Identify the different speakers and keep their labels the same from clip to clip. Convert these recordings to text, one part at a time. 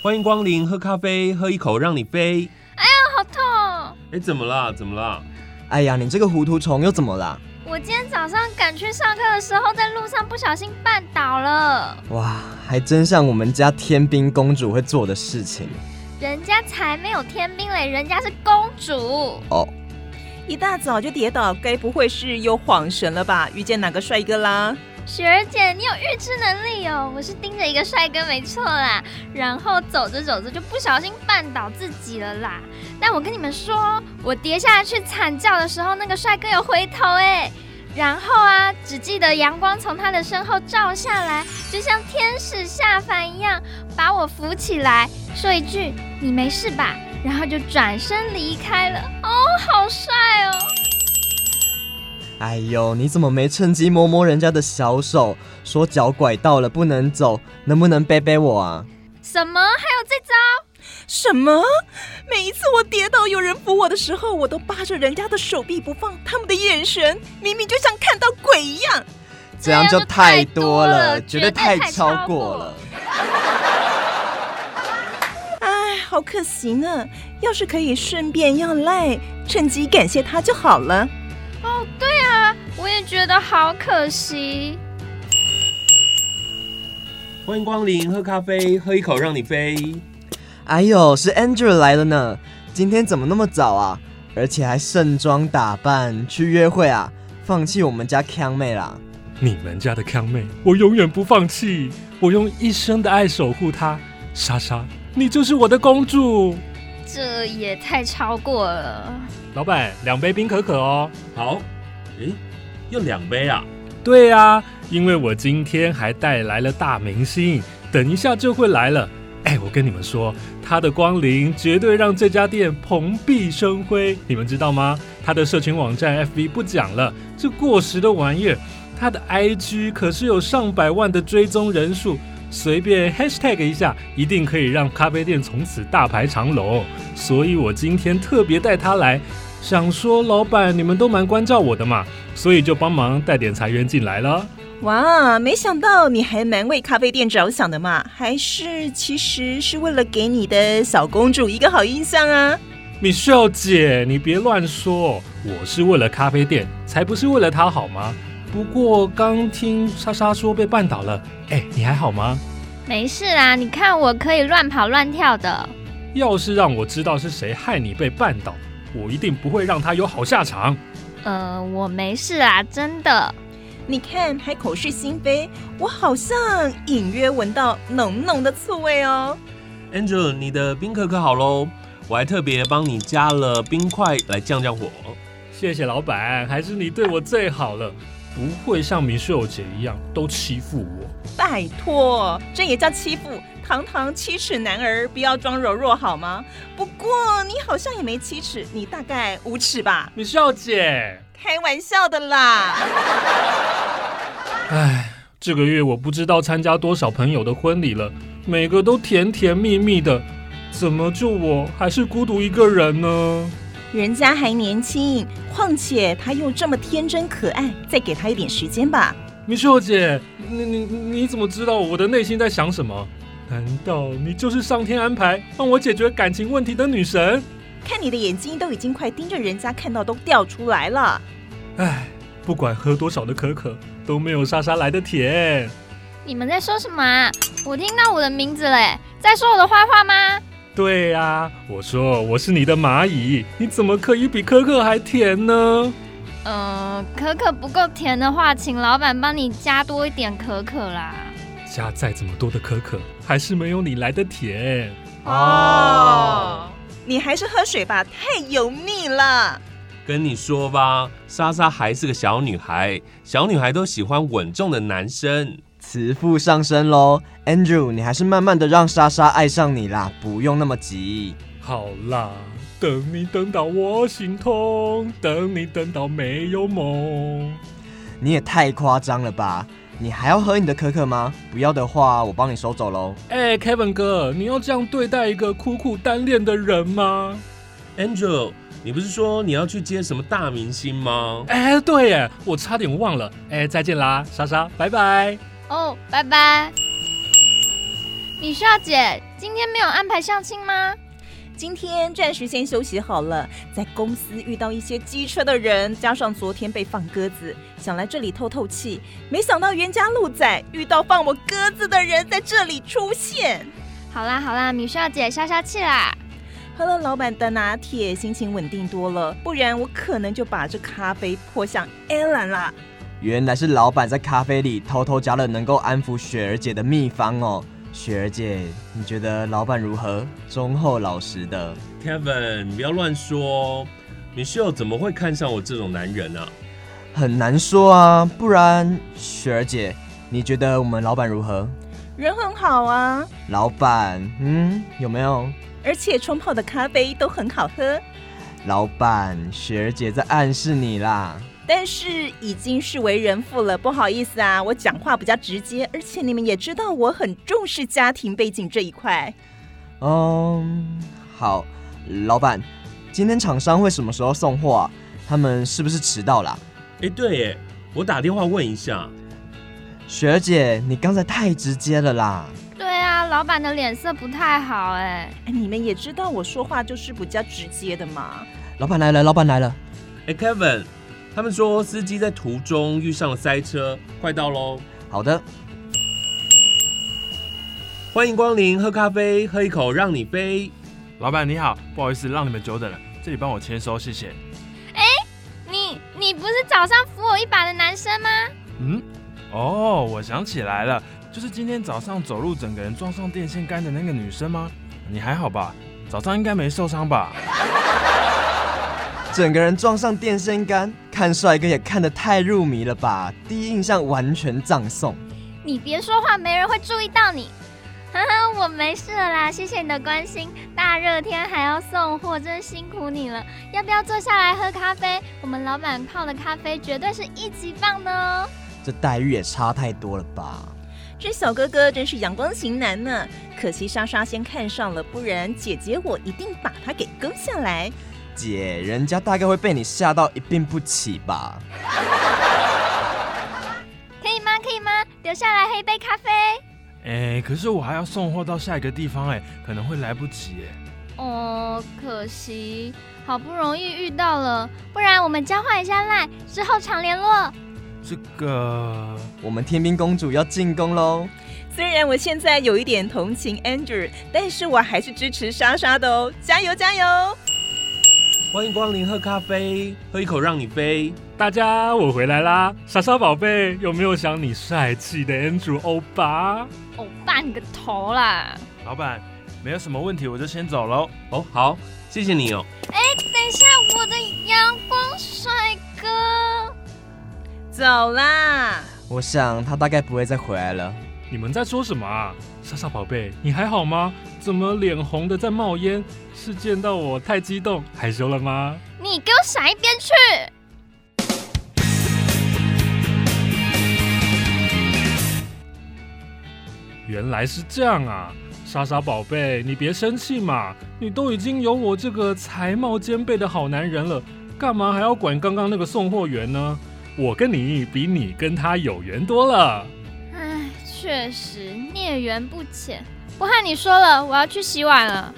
Speaker 1: 欢迎光临，喝咖啡，喝一口让你飞。
Speaker 2: 好痛哦！
Speaker 1: 哎，怎么啦？怎么啦？
Speaker 3: 哎呀，你这个糊涂虫又怎么啦？
Speaker 2: 我今天早上赶去上课的时候，在路上不小心绊倒了，
Speaker 3: 哇，还真像我们家天兵公主会做的事情。
Speaker 2: 人家才没有天兵嘞，人家是公主。
Speaker 4: 一大早就跌倒，该不会是又晃神了吧？遇见哪个帅哥啦？
Speaker 2: 雪儿姐，你有预知能力哦！我是盯着一个帅哥没错啦，然后走着走着就不小心绊倒自己了啦。但我跟你们说，我跌下去惨叫的时候，那个帅哥有回头哎，然后啊，只记得阳光从他的身后照下来，就像天使下凡一样，把我扶起来，说一句“你没事吧”，然后就转身离开了。哦，好帅哦！
Speaker 3: 哎呦，你怎么没趁机摸摸人家的小手？说脚拐到了不能走，能不能背背我啊？
Speaker 2: 什么？还有这招？
Speaker 4: 什么？每一次我跌倒有人扶我的时候，我都扒着人家的手臂不放，他们的眼神明明就像看到鬼一样。
Speaker 3: 这样就太多了，
Speaker 2: 这
Speaker 3: 绝
Speaker 2: 样就
Speaker 3: 对
Speaker 2: 太多了绝对太
Speaker 3: 太超
Speaker 2: 超
Speaker 3: 过
Speaker 2: 过
Speaker 3: 了
Speaker 2: 了。
Speaker 4: 哎，好可惜呢。要是可以顺便要赖，趁机感谢他就好了。
Speaker 2: 哦，对啊，我也觉得好可惜。
Speaker 1: 欢迎光临，喝咖啡，喝一口让你飞。
Speaker 3: 哎呦，是 Andrew 来了呢，今天怎么那么早啊？而且还盛装打扮去约会啊？放弃我们家康妹啦？
Speaker 5: 你们家的康妹，我永远不放弃，我用一生的爱守护她。莎莎，你就是我的公主。
Speaker 2: 这也太超过了。
Speaker 5: 老板，两杯冰可可哦。
Speaker 1: 好，哎，要两杯啊？
Speaker 5: 对啊，因为我今天还带来了大明星，等一下就会来了。哎，我跟你们说，他的光临绝对让这家店蓬荜生辉，你们知道吗？他的社群网站 FB 不讲了，这过时的玩意儿。他的 IG 可是有上百万的追踪人数，随便 hashtag 一下，一定可以让咖啡店从此大排长龙。所以我今天特别带他来，想说老板你们都蛮关照我的嘛，所以就帮忙带点裁员进来了。
Speaker 4: 哇，没想到你还蛮为咖啡店着想的嘛，还是其实是为了给你的小公主一个好印象啊？
Speaker 5: Michelle 姐，你别乱说，我是为了咖啡店，才不是为了他好吗？不过刚听莎莎说被绊倒了，哎，你还好吗？
Speaker 2: 没事啦，你看我可以乱跑乱跳的。
Speaker 5: 要是让我知道是谁害你被绊倒，我一定不会让他有好下场。
Speaker 2: 呃，我没事啦，真的。
Speaker 4: 你看还口是心非，我好像隐约闻到浓浓的醋味哦。
Speaker 1: Angel，你的冰可可好喽，我还特别帮你加了冰块来降降火。
Speaker 5: 谢谢老板，还是你对我最好了，不会像明秀姐一样都欺负我。
Speaker 4: 拜托，这也叫欺负？堂堂七尺男儿，不要装柔弱好吗？不过你好像也没七尺，你大概五尺吧？
Speaker 5: 明秀姐，
Speaker 4: 开玩笑的啦。
Speaker 5: 唉，这个月我不知道参加多少朋友的婚礼了，每个都甜甜蜜蜜的，怎么就我还是孤独一个人呢？
Speaker 4: 人家还年轻，况且他又这么天真可爱，再给他一点时间吧。
Speaker 5: 明秀姐，你你你怎么知道我的内心在想什么？难道你就是上天安排帮我解决感情问题的女神？
Speaker 4: 看你的眼睛都已经快盯着人家看到都掉出来了。
Speaker 5: 唉，不管喝多少的可可，都没有莎莎来的甜。
Speaker 2: 你们在说什么啊？我听到我的名字嘞，在说我的坏话吗？
Speaker 5: 对呀、我说我是你的蚂蚁，你怎么可以比可可还甜呢？
Speaker 2: 呃，可可不够甜的话，请老板帮你加多一点可可啦。
Speaker 5: 加再怎么多的可可，还是没有你来的甜。
Speaker 4: 哦，你还是喝水吧，太油腻了。
Speaker 1: 跟你说吧，莎莎还是个小女孩，小女孩都喜欢稳重的男生。
Speaker 3: 慈父上身喽，Andrew，你还是慢慢的让莎莎爱上你啦，不用那么急。
Speaker 5: 好啦，等你等到我心痛，等你等到没有梦。
Speaker 3: 你也太夸张了吧？你还要喝你的可可吗？不要的话，我帮你收走喽。
Speaker 5: 哎、k e v i n 哥，你要这样对待一个苦苦单恋的人吗？
Speaker 1: Angel，你不是说你要去接什么大明星吗？
Speaker 5: 哎、对耶，我差点忘了。哎、再见啦，莎莎，拜拜。
Speaker 2: 哦，拜拜。米少姐，今天没有安排相亲吗？
Speaker 4: 今天暂时先休息好了，在公司遇到一些机车的人，加上昨天被放鸽子，想来这里透透气，没想到袁家路仔遇到放我鸽子的人在这里出现。
Speaker 2: 好啦好啦，米莎姐消消气啦。
Speaker 4: 喝了老板的拿铁，心情稳定多了，不然我可能就把这咖啡泼向 Alan 啦。
Speaker 3: 原来是老板在咖啡里偷偷加了能够安抚雪儿姐的秘方哦。雪儿姐，你觉得老板如何？忠厚老实的。
Speaker 1: Kevin，你不要乱说哦。Michelle 怎么会看上我这种男人啊？
Speaker 3: 很难说啊，不然雪儿姐，你觉得我们老板如何？
Speaker 4: 人很好啊，
Speaker 3: 老板，嗯，有没有？
Speaker 4: 而且冲泡的咖啡都很好喝，
Speaker 3: 老板，雪儿姐在暗示你啦。
Speaker 4: 但是已经是为人父了，不好意思啊，我讲话比较直接，而且你们也知道我很重视家庭背景这一块。
Speaker 3: 嗯，好，老板，今天厂商会什么时候送货啊？他们是不是迟到啦、
Speaker 1: 哎，对耶，我打电话问一下。
Speaker 3: 雪儿姐，你刚才太直接了啦。
Speaker 2: 对啊，老板的脸色不太好哎、
Speaker 4: 哎，你们也知道我说话就是比较直接的嘛。
Speaker 3: 老板来了，老板来了。
Speaker 1: 哎，Kevin，他们说司机在途中遇上了塞车，快到喽。
Speaker 3: 好的，
Speaker 1: 欢迎光临，喝咖啡，喝一口让你飞。
Speaker 6: 老板你好，不好意思让你们久等了，这里帮我签收，谢谢。
Speaker 2: 你你不是早上扶我一把的男生吗？
Speaker 6: 嗯，哦，我想起来了，就是今天早上走路整个人撞上电线杆的那个女生吗？你还好吧？早上应该没受伤吧？
Speaker 3: 整个人撞上电线杆，看帅哥也看得太入迷了吧？第一印象完全葬送。
Speaker 2: 你别说话，没人会注意到你。 呵呵，我没事了啦，谢谢你的关心。大热天还要送货，真辛苦你了。要不要坐下来喝咖啡？我们老板泡的咖啡绝对是一级棒的哦。
Speaker 3: 这待遇也差太多了吧？
Speaker 4: 这小哥哥真是阳光型男呢，可惜莎莎先看上了，不然姐姐我一定把他给攻下来。
Speaker 3: 姐，人家大概会被你吓到一病不起吧？
Speaker 2: 可以吗？可以吗？留下来喝一杯咖啡。
Speaker 6: 哎，可是我还要送货到下一个地方，哎，可能会来不及，哎。
Speaker 2: 哦，可惜，好不容易遇到了，不然我们交换一下赖，之后常联络。
Speaker 6: 这个，
Speaker 3: 我们天兵公主要进宫喽！
Speaker 4: 虽然我现在有一点同情 Andrew，但是我还是支持莎莎的哦，加油加油！
Speaker 1: 欢迎光临，喝咖啡，喝一口让你飞。
Speaker 5: 大家，我回来啦！莎莎宝贝，有没有想你帅气的 Andrew 欧巴？
Speaker 2: 欧巴，哦你个头啦！
Speaker 6: 老板没有什么问题，我就先走喽。
Speaker 1: 哦，好，谢谢你哦。
Speaker 2: 等一下，我的阳光帅哥。
Speaker 4: 走啦，
Speaker 3: 我想他大概不会再回来了。
Speaker 5: 你们在说什么啊？莎莎宝贝，你还好吗？怎么脸红的在冒烟？是见到我太激动害羞了吗？
Speaker 2: 你给我闪一边去！
Speaker 5: 原来是这样啊，莎莎宝贝，你别生气嘛，你都已经有我这个才貌兼备的好男人了，干嘛还要管刚刚那个送货员呢？我跟你比，你跟他有缘多了。
Speaker 2: 唉，确实孽缘不浅。不和你说了，我要去洗碗了。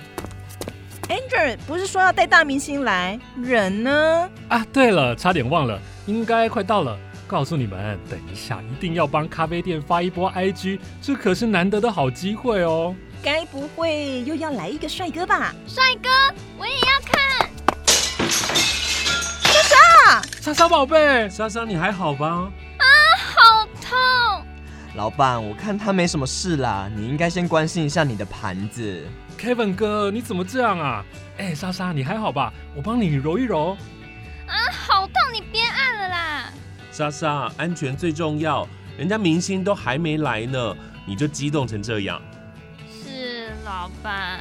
Speaker 4: Andrew 不是说要带大明星来，人呢？
Speaker 5: 啊，对了，差点忘了，应该快到了。告诉你们，等一下一定要帮咖啡店发一波 IG，这可是难得的好机会哦。
Speaker 4: 该不会又要来一个帅哥吧？
Speaker 2: 帅哥，我也要看。
Speaker 5: 莎莎宝贝，
Speaker 1: 莎莎，你还好吧？
Speaker 2: 好痛！
Speaker 3: 老板，我看他没什么事啦，你应该先关心一下你的盘子。
Speaker 5: Kevin 哥，你怎么这样啊？哎，莎莎，你还好吧？我帮你揉一揉。
Speaker 2: 好痛！你别按了啦。
Speaker 1: 莎莎，安全最重要，人家明星都还没来呢，你就激动成这样。
Speaker 2: 是老板。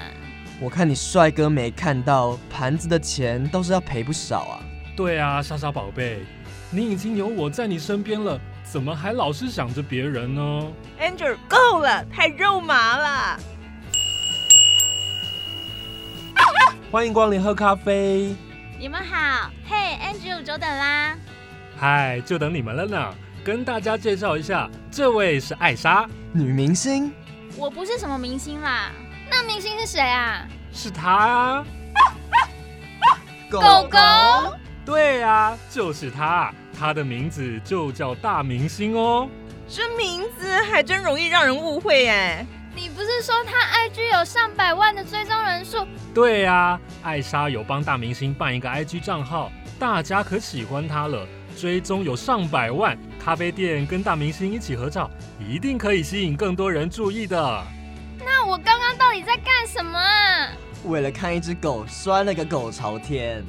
Speaker 3: 我看你帅哥没看到，盘子的钱倒是要赔不少啊。
Speaker 5: 对啊，莎莎宝贝，你已经有我在你身边了，怎么还老是想着别人呢？
Speaker 4: Andrew 够了，太肉麻了。
Speaker 1: 欢迎光临，喝咖啡。
Speaker 2: 你们好，嘿、a n d r e w 久等啦。
Speaker 5: 嗨，就等你们了呢。跟大家介绍一下，这位是艾莎，
Speaker 3: 女明星，
Speaker 2: 我不是什么明星啦，那明星是谁啊？
Speaker 5: 是他啊，
Speaker 3: 狗
Speaker 2: 狗狗。
Speaker 5: 对啊，就是他，他的名字就叫大明星哦。
Speaker 4: 这名字还真容易让人误会哎。
Speaker 2: 你不是说他 IG 有上百万的追踪人数？
Speaker 5: 对啊，艾莎有帮大明星办一个 IG 账号，大家可喜欢他了，追踪有上百万，咖啡店跟大明星一起合照，一定可以吸引更多人注意的。
Speaker 2: 那我刚刚到底在干什么啊？
Speaker 3: 为了看一只狗，摔了个狗朝天。